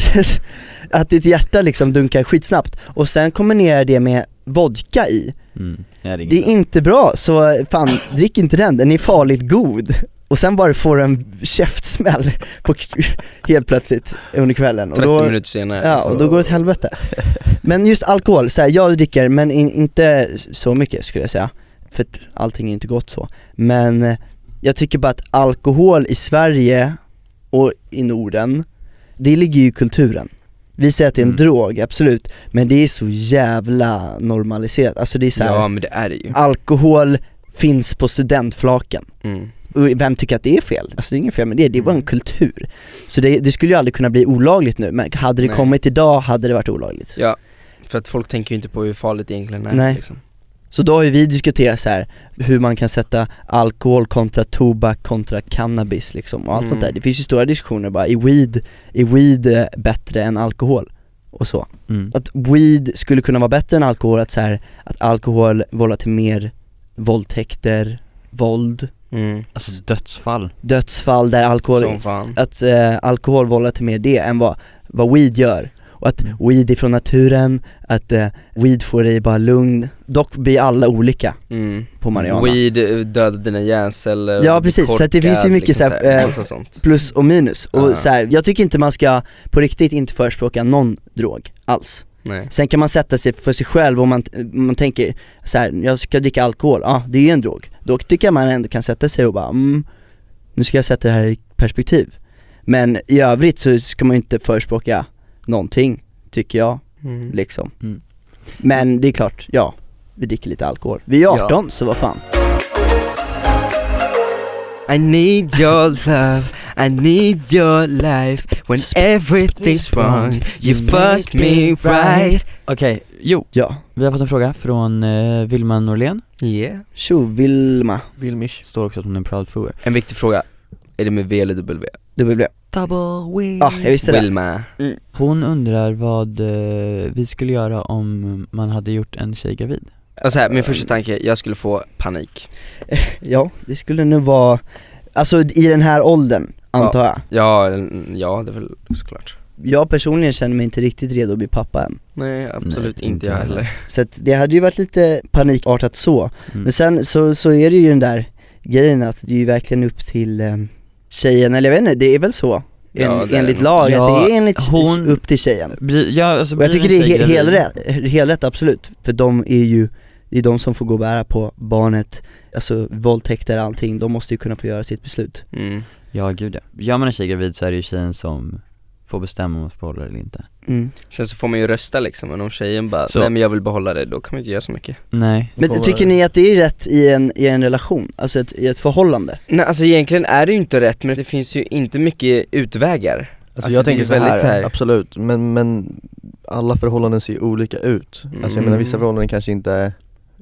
Speaker 1: att ditt hjärta liksom dunkar skitsnabbt och sen kombinerar det med vodka i.
Speaker 2: Mm. Nej, det är
Speaker 1: Det
Speaker 2: inget
Speaker 1: är inte bra så fan, drick inte den, den är farligt god. Och sen bara får du en käftsmäll på, helt plötsligt under kvällen. Och
Speaker 3: 30
Speaker 1: då,
Speaker 3: minuter senare alltså.
Speaker 2: alltså.
Speaker 1: ja, och då går det åt helvete. Men just alkohol, så här, jag dricker men in, inte så mycket skulle jag säga. För att allting är inte gott så. Men eh, jag tycker bara att alkohol i Sverige och i Norden, det ligger ju i kulturen. Vi säger att det är en
Speaker 2: Mm.
Speaker 1: drog, absolut, men det är så jävla normaliserat. Alltså det är så här,
Speaker 3: Ja men det är det ju
Speaker 1: alkohol finns på studentflaken.
Speaker 3: mm.
Speaker 1: Och vem tycker att det är fel? Alltså det är inget fel med det, det är bara en
Speaker 3: Mm.
Speaker 1: kultur. Så det, det skulle ju aldrig kunna bli olagligt nu, men hade det
Speaker 3: Nej.
Speaker 1: kommit idag hade det varit olagligt.
Speaker 3: Ja, för att folk tänker ju inte på hur farligt det egentligen är
Speaker 1: Nej.
Speaker 3: Liksom.
Speaker 1: Så då har ju vi diskuterat så här hur man kan sätta alkohol kontra tobak kontra cannabis liksom och allt
Speaker 3: Mm.
Speaker 1: sånt där. Det finns ju stora diskussioner bara, är weed, är weed eh, bättre än alkohol? Och så.
Speaker 2: Mm.
Speaker 1: Att weed skulle kunna vara bättre än alkohol, att, så här, att alkohol vållar till mer våldtäkter, våld,
Speaker 3: Mm.
Speaker 2: Alltså dödsfall.
Speaker 1: dödsfall där alkohol
Speaker 3: Som fan.
Speaker 1: att eh, alkohol vållar till mer det än vad, vad weed gör. Och att weed är från naturen, att eh, weed får dig bara lugn. Dock blir alla olika
Speaker 3: Mm.
Speaker 1: på marijuana.
Speaker 3: Weed eh, dödar dina hjärnceller
Speaker 1: Ja,
Speaker 3: och blir
Speaker 1: precis. Så att det
Speaker 3: korkad,
Speaker 1: finns ju mycket
Speaker 3: liksom,
Speaker 1: så här,
Speaker 3: så här,
Speaker 1: eh,
Speaker 3: massa sånt.
Speaker 1: Plus och minus. Och
Speaker 3: Ja.
Speaker 1: så här, jag tycker inte man ska på riktigt inte förespråka någon drog alls.
Speaker 3: Nej.
Speaker 1: Sen kan man sätta sig för sig själv om man, om man tänker så här, jag ska dricka alkohol, ja ah, det är ju en drog. Då tycker jag man ändå kan sätta sig och bara, mm, nu ska jag sätta det här i perspektiv. Men i övrigt så ska man ju inte förespråka någonting, tycker jag.
Speaker 3: Mm.
Speaker 1: liksom.
Speaker 2: Mm.
Speaker 1: Men det är klart, ja, vi dricker lite alkohol. Vi är 18 så vad fan.
Speaker 3: I need your love, I need your life When everything's wrong, you fuck me right
Speaker 2: Okej, jo.
Speaker 1: Ja.
Speaker 2: Vi har fått en fråga från eh, Vilma Norlén.
Speaker 3: Yeah
Speaker 1: Tjo Vilma,
Speaker 4: Vilmish.
Speaker 2: Står också att hon är en proud fooer.
Speaker 3: En viktig fråga, är det med V eller W?
Speaker 1: W.
Speaker 2: Double win.
Speaker 1: Ja, ah, jag visste det.
Speaker 3: Wilma
Speaker 2: Hon undrar vad eh, vi skulle göra om man hade gjort en tjej gravid.
Speaker 3: Alltså här, min första tanke, jag skulle få panik
Speaker 1: Ja, det skulle nu vara, alltså i den här åldern antar jag.
Speaker 3: Ja, mm, ja det är väl såklart
Speaker 1: Jag personligen känner mig inte riktigt redo att bli pappa än.
Speaker 3: Nej absolut
Speaker 2: Nej,
Speaker 3: inte jag heller
Speaker 1: Så att det hade ju varit lite panikartat så.
Speaker 2: Mm.
Speaker 1: Men sen så, så är det ju den där grejen att det är ju verkligen upp till um, tjejen, eller jag vet inte, det är väl så? En,
Speaker 3: Ja, det är
Speaker 1: enligt
Speaker 3: det.
Speaker 1: lag,
Speaker 2: Ja,
Speaker 1: att det är enligt,
Speaker 2: hon-
Speaker 1: upp till tjejen.
Speaker 2: Bli- Ja, alltså,
Speaker 1: Och jag
Speaker 2: blir
Speaker 1: tycker
Speaker 2: en
Speaker 1: det
Speaker 2: tjej
Speaker 1: är he-
Speaker 2: gravid-
Speaker 1: helrätt, helrätt absolut, för de är ju, det är de som får gå och bära på barnet, alltså våldtäkter och allting, de måste ju kunna få göra sitt beslut
Speaker 3: mm.
Speaker 2: Ja, gud ja. Gör man en tjej gravid så är det ju tjejen som får bestämma om hon ska behålla det eller inte.
Speaker 1: mm.
Speaker 3: Sen så får man ju rösta liksom, men om tjejen bara
Speaker 2: Så.
Speaker 3: nej men jag vill behålla det, då kan man inte göra så mycket
Speaker 2: Nej.
Speaker 1: Men
Speaker 4: Får vara-
Speaker 1: tycker ni att det är rätt i en, i en relation, alltså ett, i ett förhållande?
Speaker 3: Nej alltså egentligen är det ju inte rätt, men det finns ju inte mycket utvägar
Speaker 4: Alltså,
Speaker 3: Alltså,
Speaker 4: jag
Speaker 3: det är
Speaker 4: tänker så här,
Speaker 3: väldigt så här-
Speaker 4: absolut, men, men alla förhållanden ser ju olika ut Alltså jag
Speaker 3: Mm.
Speaker 4: menar vissa förhållanden kanske inte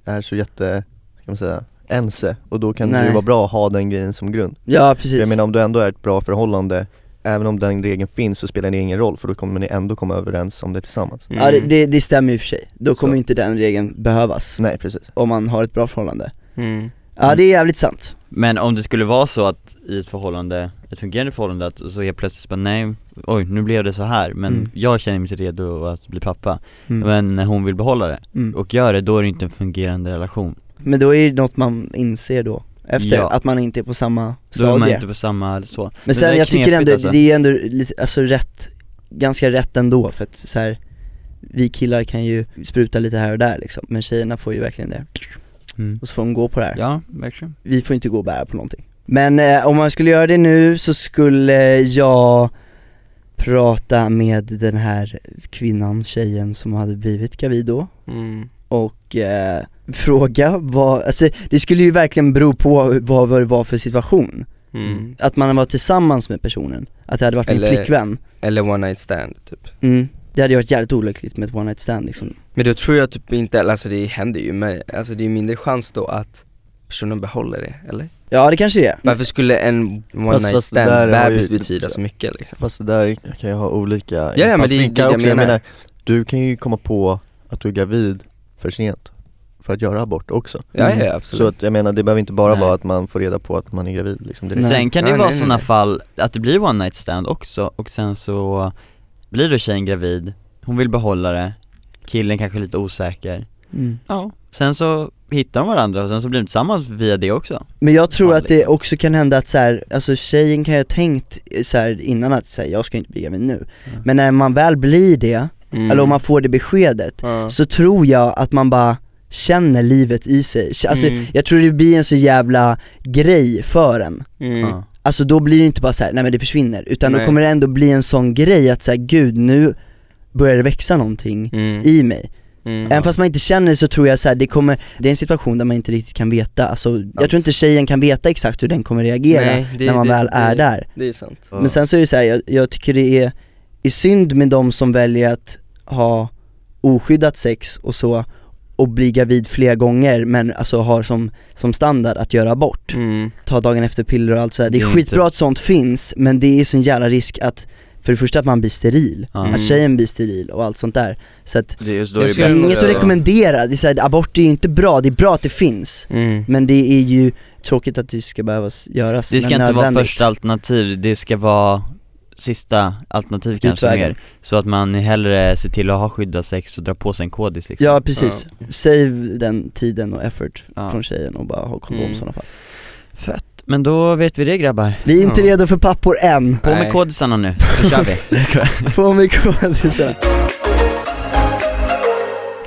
Speaker 4: är så jätte, kan man säga, ense och då kan det
Speaker 1: Nej.
Speaker 4: ju vara bra att ha den grejen som grund
Speaker 1: Ja precis,
Speaker 4: Jag menar om du ändå är ett bra förhållande, även om den regeln finns så spelar det ingen roll för då kommer ni ändå komma överens om det tillsammans
Speaker 3: Mm.
Speaker 1: ja, det, det, det stämmer ju för sig, då kommer
Speaker 4: Så.
Speaker 1: ju inte den regeln behövas
Speaker 2: Mm.
Speaker 4: Nej precis,
Speaker 1: om man har ett bra förhållande
Speaker 3: Mm.
Speaker 1: Ja det är jävligt sant,
Speaker 2: Men om det skulle vara så att i ett förhållande, ett fungerande förhållande, att så helt plötsligt bara nej, oj nu blev det så här men
Speaker 1: Mm.
Speaker 2: jag känner mig inte redo att bli pappa.
Speaker 1: mm.
Speaker 2: Men när hon vill behålla det
Speaker 1: Mm.
Speaker 2: och gör det, då är det inte en fungerande relation.
Speaker 1: men då är det något man inser då, efter
Speaker 2: Ja.
Speaker 1: att man inte är på samma
Speaker 2: Då
Speaker 1: stadie
Speaker 2: är man inte på samma så.
Speaker 1: Men
Speaker 2: Det där
Speaker 1: sen
Speaker 2: är
Speaker 1: jag tycker
Speaker 2: knepigt,
Speaker 1: ändå,
Speaker 2: alltså.
Speaker 1: det är ju ändå lite, alltså rätt, ganska rätt ändå för att så här, vi killar kan ju spruta lite här och där liksom, men tjejerna får ju verkligen det,
Speaker 2: Mm.
Speaker 1: och så får de gå på det här.
Speaker 2: Ja, verkligen.
Speaker 1: Vi får inte gå och bära på någonting. Men eh, om man skulle göra det nu så skulle jag prata med den här kvinnan, tjejen som hade blivit gravid då
Speaker 3: Mm.
Speaker 1: och eh, fråga vad, alltså det skulle ju verkligen bero på vad det var för situation.
Speaker 3: Mm.
Speaker 1: Att man var tillsammans med personen, att det hade varit min
Speaker 3: Eller-
Speaker 1: flickvän
Speaker 3: Eller one night stand typ
Speaker 1: Mm. Det hade ju varit jävligt olyckligt med ett one night stand liksom.
Speaker 3: Men då tror jag typ inte, eller alltså det händer ju men alltså det är mindre chans då att personen behåller det, eller?
Speaker 1: Ja det kanske det är.
Speaker 3: Varför skulle en one
Speaker 4: Fast-
Speaker 3: night
Speaker 4: fast det där
Speaker 3: stand
Speaker 4: har ju-
Speaker 3: bebis betyda typ så mycket liksom?
Speaker 4: fast det där kan ju ha olika ja,
Speaker 3: ja, men det är ju det jag menar.
Speaker 4: Du kan ju komma på att du är gravid för sent för att göra abort också
Speaker 3: Ja, ja
Speaker 4: Så
Speaker 3: absolut
Speaker 4: att jag menar det behöver inte bara
Speaker 2: Nej.
Speaker 4: vara att man får reda på att man är gravid liksom direkt.
Speaker 1: Nej.
Speaker 2: Sen kan det
Speaker 3: Nej,
Speaker 2: ju vara
Speaker 3: nej, nej,
Speaker 2: sådana
Speaker 3: nej.
Speaker 2: fall att det blir one night stand också och sen så blir då tjejen gravid, hon vill behålla det, killen kanske är lite osäker.
Speaker 1: Mm.
Speaker 2: Ja. Sen så hittar de varandra och sen så blir de tillsammans via det också.
Speaker 1: Men jag tror
Speaker 2: Ja,
Speaker 1: att det
Speaker 2: liksom.
Speaker 1: också kan hända att så här, alltså tjejen kan ju ha tänkt eh, så här innan att så här, jag ska inte bli gravid nu.
Speaker 2: Mm.
Speaker 1: Men när man väl blir det,
Speaker 3: mm.
Speaker 1: eller om man får det beskedet,
Speaker 3: ja.
Speaker 1: så tror jag att man bara känner livet i sig. K- Alltså
Speaker 3: Mm.
Speaker 1: jag tror det blir en så jävla grej för en.
Speaker 3: mm.
Speaker 2: Ja.
Speaker 1: Alltså då blir det inte bara så här, nej men det försvinner, utan då
Speaker 3: Nej.
Speaker 1: kommer det ändå bli en sån grej att så här, gud nu börjar det växa någonting
Speaker 3: Mm.
Speaker 1: i mig
Speaker 3: Mm.
Speaker 1: Även fast man inte känner det så tror jag så här, det kommer, det är en situation där man inte riktigt kan veta, alltså, jag
Speaker 3: Allt.
Speaker 1: tror inte tjejen kan veta exakt hur den kommer reagera
Speaker 3: Nej, det-
Speaker 1: när man
Speaker 3: det-
Speaker 1: väl är
Speaker 3: det-
Speaker 1: där
Speaker 3: Det är sant.
Speaker 1: Men sen så är det så här, jag, jag tycker det är, är synd med de som väljer att ha oskyddat sex och så och bli gravid flera gånger men alltså har som, som standard att göra abort,
Speaker 3: Mm.
Speaker 1: ta dagen efter piller och allt så här. Det är
Speaker 5: Det är
Speaker 1: skitbra
Speaker 5: inte-
Speaker 1: att sånt finns men det är sån jävla risk att för det första att man blir steril,
Speaker 5: Ja.
Speaker 2: Alltså,
Speaker 3: Mm.
Speaker 1: att tjejen blir steril och allt sånt där Så att
Speaker 6: Det är just
Speaker 3: Jag
Speaker 6: då det
Speaker 3: skulle
Speaker 1: det är
Speaker 3: nog
Speaker 6: bättre
Speaker 1: inget att
Speaker 3: säga-
Speaker 1: rekommendera, det är så här, abort är ju inte bra, det är bra att det finns
Speaker 3: Mm.
Speaker 1: Men det är ju tråkigt att det ska behövas göras
Speaker 5: Det ska
Speaker 1: men
Speaker 5: inte vara
Speaker 1: nödvändigt.
Speaker 5: första alternativ, det ska vara sista alternativ kanske
Speaker 1: Utvägen.
Speaker 5: mer Så att man hellre ser till att ha skyddat sex och dra på sig en kodis liksom
Speaker 1: Ja precis, save den tiden och effort
Speaker 5: Ja.
Speaker 1: från tjejen och bara ha kondom
Speaker 3: Mm.
Speaker 1: i sådana fall
Speaker 5: Fett, men då vet vi det grabbar
Speaker 1: Vi är inte
Speaker 3: Ja.
Speaker 1: redo för pappor än,
Speaker 5: På med
Speaker 3: Nej.
Speaker 5: kodisarna nu, då kör vi
Speaker 1: på mig kodisar
Speaker 4: liksom-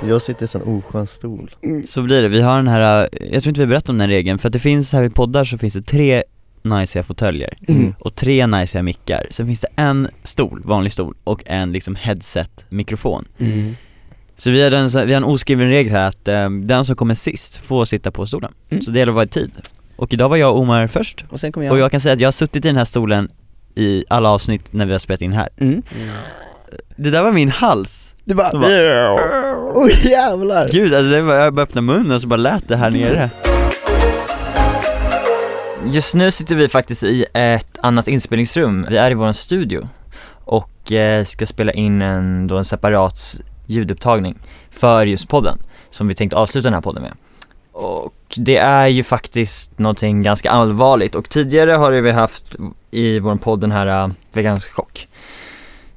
Speaker 7: Jag sitter i en sån oskön stol
Speaker 5: Så blir det, vi har den här, eh, jag tror inte vi berättar om den här regeln, för att det finns här vid poddar så finns det tre najsiga fåtöljer
Speaker 1: Mm.
Speaker 5: och tre najsiga mickar, sen finns det en stol, vanlig stol, och en liksom headset-mikrofon
Speaker 1: mm.
Speaker 5: Så vi har, den, så- vi har en oskriven regel här att eh, den som kommer sist får sitta på stolen,
Speaker 1: Mm.
Speaker 5: så det gäller att vara i tid Och idag var jag och Omar först,
Speaker 1: Och sen kommer jag,
Speaker 5: och jag kan säga att jag har suttit i den här stolen i alla avsnitt när vi har spelat in här
Speaker 1: Mm.
Speaker 5: Det där var min hals!
Speaker 1: Du bara,
Speaker 5: Det var-
Speaker 1: oh jävlar!
Speaker 5: Gud alltså det var, jag bara öppnade munnen och så bara lät det här nere
Speaker 2: Just nu sitter vi faktiskt i ett annat inspelningsrum. Vi är i vår studio och eh, ska spela in en, då en separat ljudupptagning för just podden som vi tänkte avsluta den här podden med. Och det är ju faktiskt någonting ganska allvarligt och tidigare har vi haft i vår podd den här eh, veckans chock.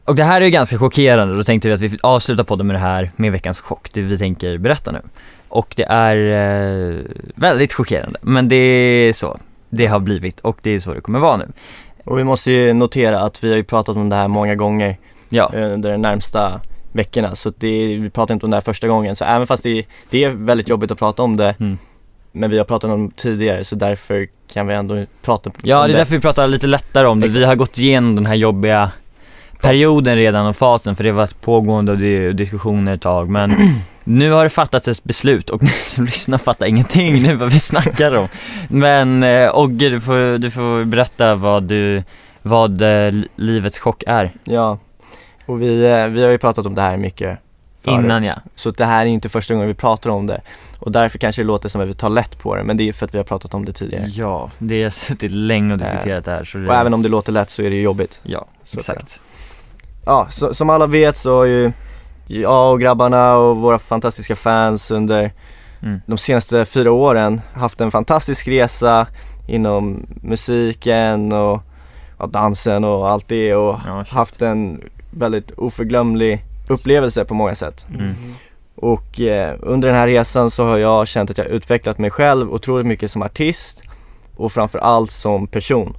Speaker 2: Och det här är ju ganska chockerande, då tänkte vi att vi avslutar podden med det här med veckans chock, det vi tänker berätta nu. Och det är eh, väldigt chockerande, men det är så det har blivit och det är så det kommer vara nu.
Speaker 4: Och vi måste ju notera att vi har ju pratat om det här många gånger
Speaker 2: Ja,
Speaker 4: eh, under de närmsta veckorna. Så att det, vi pratar inte om det här första gången. Så även fast det, det är väldigt jobbigt att prata om det,
Speaker 2: Mm.
Speaker 4: men vi har pratat om det tidigare så därför kan vi ändå prata
Speaker 2: ja
Speaker 4: om
Speaker 2: det är därför vi pratar lite lättare om det. Vi har gått igenom den här jobbiga perioden redan och fasen för det har varit pågående och det är diskussioner ett tag men nu har det fattats ett beslut och ni som lyssnar fattar ingenting nu vad vi snackar om. Men eh, Ogge du får, du får berätta vad du, vad eh, livets chock är.
Speaker 4: Ja, och vi, eh, vi har ju pratat om det här mycket förut.
Speaker 2: Innan ja.
Speaker 4: Så det här är inte första gången vi pratar om det. Och därför kanske det låter som att vi tar lätt på det, men det är ju för att vi har pratat om det tidigare.
Speaker 2: Ja, det har suttit länge och
Speaker 4: Eh,
Speaker 2: diskuterat det här så det,
Speaker 4: Och även om det låter lätt så är det ju jobbigt.
Speaker 2: Ja,
Speaker 4: så att säga.
Speaker 2: exakt.
Speaker 4: Ja, så, som alla vet så har ju jag och grabbarna och våra fantastiska fans under
Speaker 2: Mm.
Speaker 4: de senaste fyra åren haft en fantastisk resa inom musiken och ja, dansen och allt det och
Speaker 2: Ja, shit.
Speaker 4: haft en väldigt oförglömlig upplevelse på många sätt.
Speaker 2: Mm.
Speaker 4: Och eh, under den här resan så har jag känt att jag utvecklat mig själv otroligt mycket som artist och framförallt som person.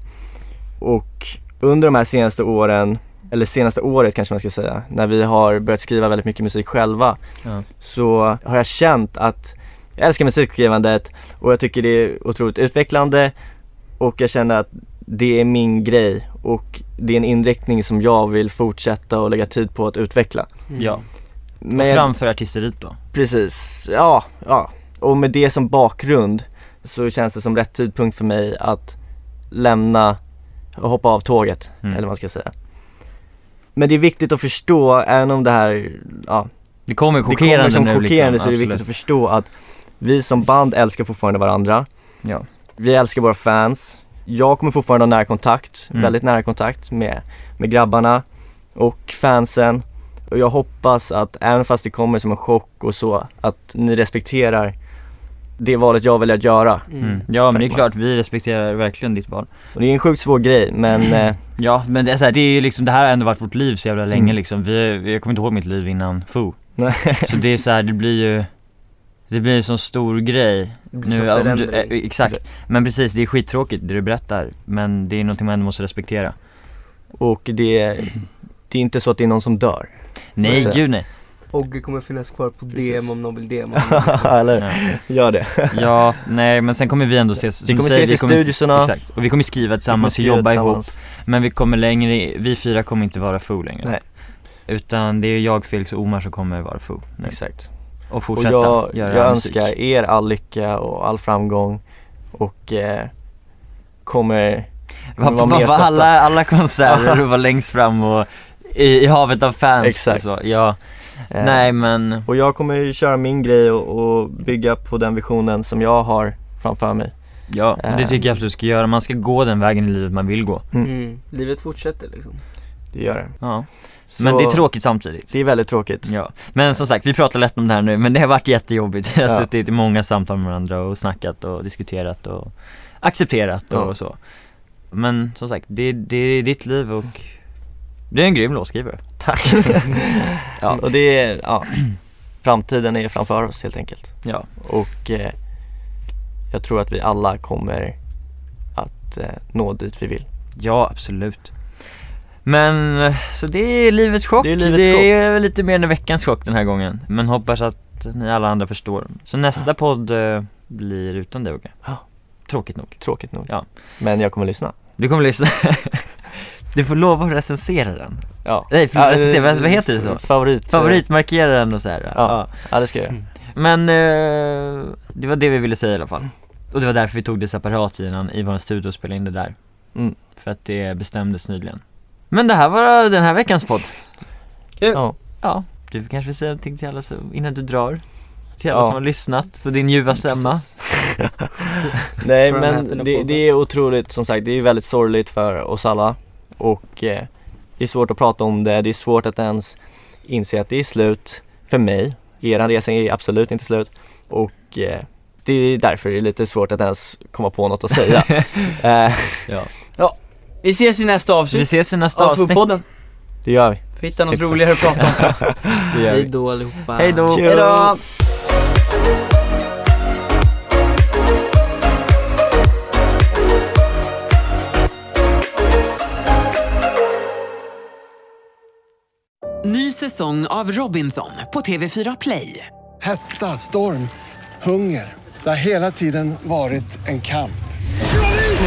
Speaker 4: Och under de här senaste åren, eller senaste året kanske man ska säga, när vi har börjat skriva väldigt mycket musik själva
Speaker 2: Ja.
Speaker 4: så har jag känt att jag älskar musikskrivandet och jag tycker det är otroligt utvecklande och jag känner att det är min grej och det är en inriktning som jag vill fortsätta och lägga tid på att utveckla.
Speaker 2: Ja, och
Speaker 4: Men-
Speaker 2: framför artisteriet då. Mm.
Speaker 4: Precis, ja, ja. Och med det som bakgrund så känns det som rätt tidpunkt för mig att lämna och hoppa av tåget,
Speaker 2: Mm.
Speaker 4: eller vad man ska säga. Men det är viktigt att förstå, även om det här, ja,
Speaker 2: Det kommer
Speaker 4: det
Speaker 2: chockerande
Speaker 4: kommer som
Speaker 2: nu
Speaker 4: chockerande
Speaker 2: liksom,
Speaker 4: så är det viktigt
Speaker 2: absolut.
Speaker 4: att förstå att vi som band älskar fortfarande varandra.
Speaker 2: Ja.
Speaker 4: Vi älskar våra fans. Jag kommer fortfarande ha nära kontakt,
Speaker 2: Mm.
Speaker 4: väldigt nära kontakt med, med grabbarna och fansen. Och jag hoppas att även fast det kommer som en chock och så, att ni respekterar det valet jag väljer att göra.
Speaker 2: Mm. Ja men det är klart, vi respekterar verkligen ditt val.
Speaker 4: Och det är en sjukt svår grej men eh,
Speaker 2: Ja men det är, så här, det är ju liksom, det här har ändå varit vårt liv så jävla länge
Speaker 4: Mm.
Speaker 2: liksom. Vi, jag kommer inte ihåg mitt liv innan FO.
Speaker 4: Nej.
Speaker 2: Så det är så här, det blir ju det blir en sån stor grej nu, ja, om du, eh, exakt. Men precis, det är skittråkigt det du berättar. Men det är någonting man ändå måste respektera.
Speaker 4: och det, det är inte så att det är någon som dör.
Speaker 2: Nej
Speaker 4: säga.
Speaker 2: gud nej.
Speaker 3: Ogge kommer finnas kvar på DM om någon vill DM
Speaker 4: Eller, gör det.
Speaker 2: Ja, nej men sen kommer vi ändå ses, som
Speaker 4: Vi
Speaker 2: du
Speaker 4: kommer
Speaker 2: säger,
Speaker 4: ses i studioserna.
Speaker 2: Exakt, och vi kommer skriva tillsammans
Speaker 4: Vi kommer skriva
Speaker 2: och jobba ihop
Speaker 4: tillsammans.
Speaker 2: Men vi kommer längre, i- vi fyra kommer inte vara FO längre
Speaker 4: Nej.
Speaker 2: Utan det är jag, Felix och Omar som kommer vara FO nu.
Speaker 4: Exakt.
Speaker 2: och
Speaker 4: Och
Speaker 2: fortsätta
Speaker 4: jag,
Speaker 2: göra
Speaker 4: jag
Speaker 2: musik.
Speaker 4: önskar er all lycka och all framgång och eh, kommer
Speaker 2: Var,
Speaker 4: vara
Speaker 2: var,
Speaker 4: med
Speaker 2: var
Speaker 4: och stötta.
Speaker 2: alla, alla konserter och var längst fram och i, i havet av fans
Speaker 4: Exakt.
Speaker 2: och så. Ja,
Speaker 4: eh,
Speaker 2: nej men
Speaker 4: Och jag kommer ju köra min grej och, och bygga på den visionen som jag har framför mig.
Speaker 2: ja, det
Speaker 4: Eh.
Speaker 2: tycker jag absolut du ska göra. Man ska gå den vägen i livet man vill gå.
Speaker 8: Mm. Livet fortsätter liksom
Speaker 4: Det gör det.
Speaker 2: Ja.
Speaker 4: Så
Speaker 2: Men det är Mm. tråkigt samtidigt.
Speaker 4: Det är väldigt tråkigt.
Speaker 2: Ja, men som sagt, vi pratar lätt om det här nu, men det har varit jättejobbigt. Vi har
Speaker 4: Ja.
Speaker 2: suttit i många samtal med varandra och snackat och diskuterat och accepterat och
Speaker 4: Ja.
Speaker 2: så. Men som sagt, det, det är ditt liv och du är en grym låtskrivare.
Speaker 4: Tack. ja, och det är, ja, framtiden är framför oss helt enkelt.
Speaker 2: Ja.
Speaker 4: Och eh, jag tror att vi alla kommer att eh, nå dit vi vill.
Speaker 2: Ja, absolut. Men, eh, så det är livets chock.
Speaker 4: Det är livets
Speaker 2: är lite mer än veckans chock den här gången. Men hoppas att ni alla andra förstår. Så nästa podd eh, blir utan dig Åke.
Speaker 4: Ja.
Speaker 2: Tråkigt nog.
Speaker 4: Tråkigt nog.
Speaker 2: Ja.
Speaker 4: Men jag kommer lyssna.
Speaker 2: Du kommer lyssna. Du får lova att recensera den.
Speaker 4: Ja.
Speaker 2: Nej, för-
Speaker 4: Ja,
Speaker 2: recensera, vad-
Speaker 4: eh,
Speaker 2: vad heter det så?
Speaker 4: Favorit. eh,
Speaker 2: Favoritmarkera den och så här.
Speaker 4: Ja. Ja, det ska jag göra.
Speaker 2: Men eh, det var det vi ville säga i alla fall. Och det var därför vi tog det separat innan i vår studio och spelade in det där.
Speaker 4: Mm.
Speaker 2: För att det bestämdes nyligen. Men det här var den här veckans podd.
Speaker 4: Ja.
Speaker 2: Ja, du kanske vill säga någonting till alla som, innan du drar? Till alla
Speaker 4: Ja.
Speaker 2: som har lyssnat på din ljuva stämma.
Speaker 4: Nej
Speaker 8: Från den här
Speaker 4: men
Speaker 8: fina
Speaker 4: det,
Speaker 8: podden.
Speaker 4: det är otroligt, som sagt det är väldigt sorgligt för oss alla och eh, det är svårt att prata om det, det är svårt att ens inse att det är slut för mig. Eran resa är absolut inte slut och eh, det är därför det är lite svårt att ens komma på något att säga. eh,
Speaker 2: Ja.
Speaker 1: Ja, vi ses i nästa
Speaker 2: Vi
Speaker 1: avsnitt
Speaker 2: ses i nästa
Speaker 1: av
Speaker 2: avsnitt.
Speaker 1: Fotpodden.
Speaker 4: det gör vi.
Speaker 1: Får hitta något
Speaker 4: Exakt.
Speaker 1: roligare att prata om.
Speaker 4: Det gör vi.
Speaker 8: Hej då allihopa
Speaker 2: Hej då.
Speaker 4: Tjo.
Speaker 1: Hejdå!
Speaker 9: Ny säsong av Robinson på TV4 Play.
Speaker 10: Hetta, storm, hunger. Det har hela tiden varit en kamp.
Speaker 9: Nu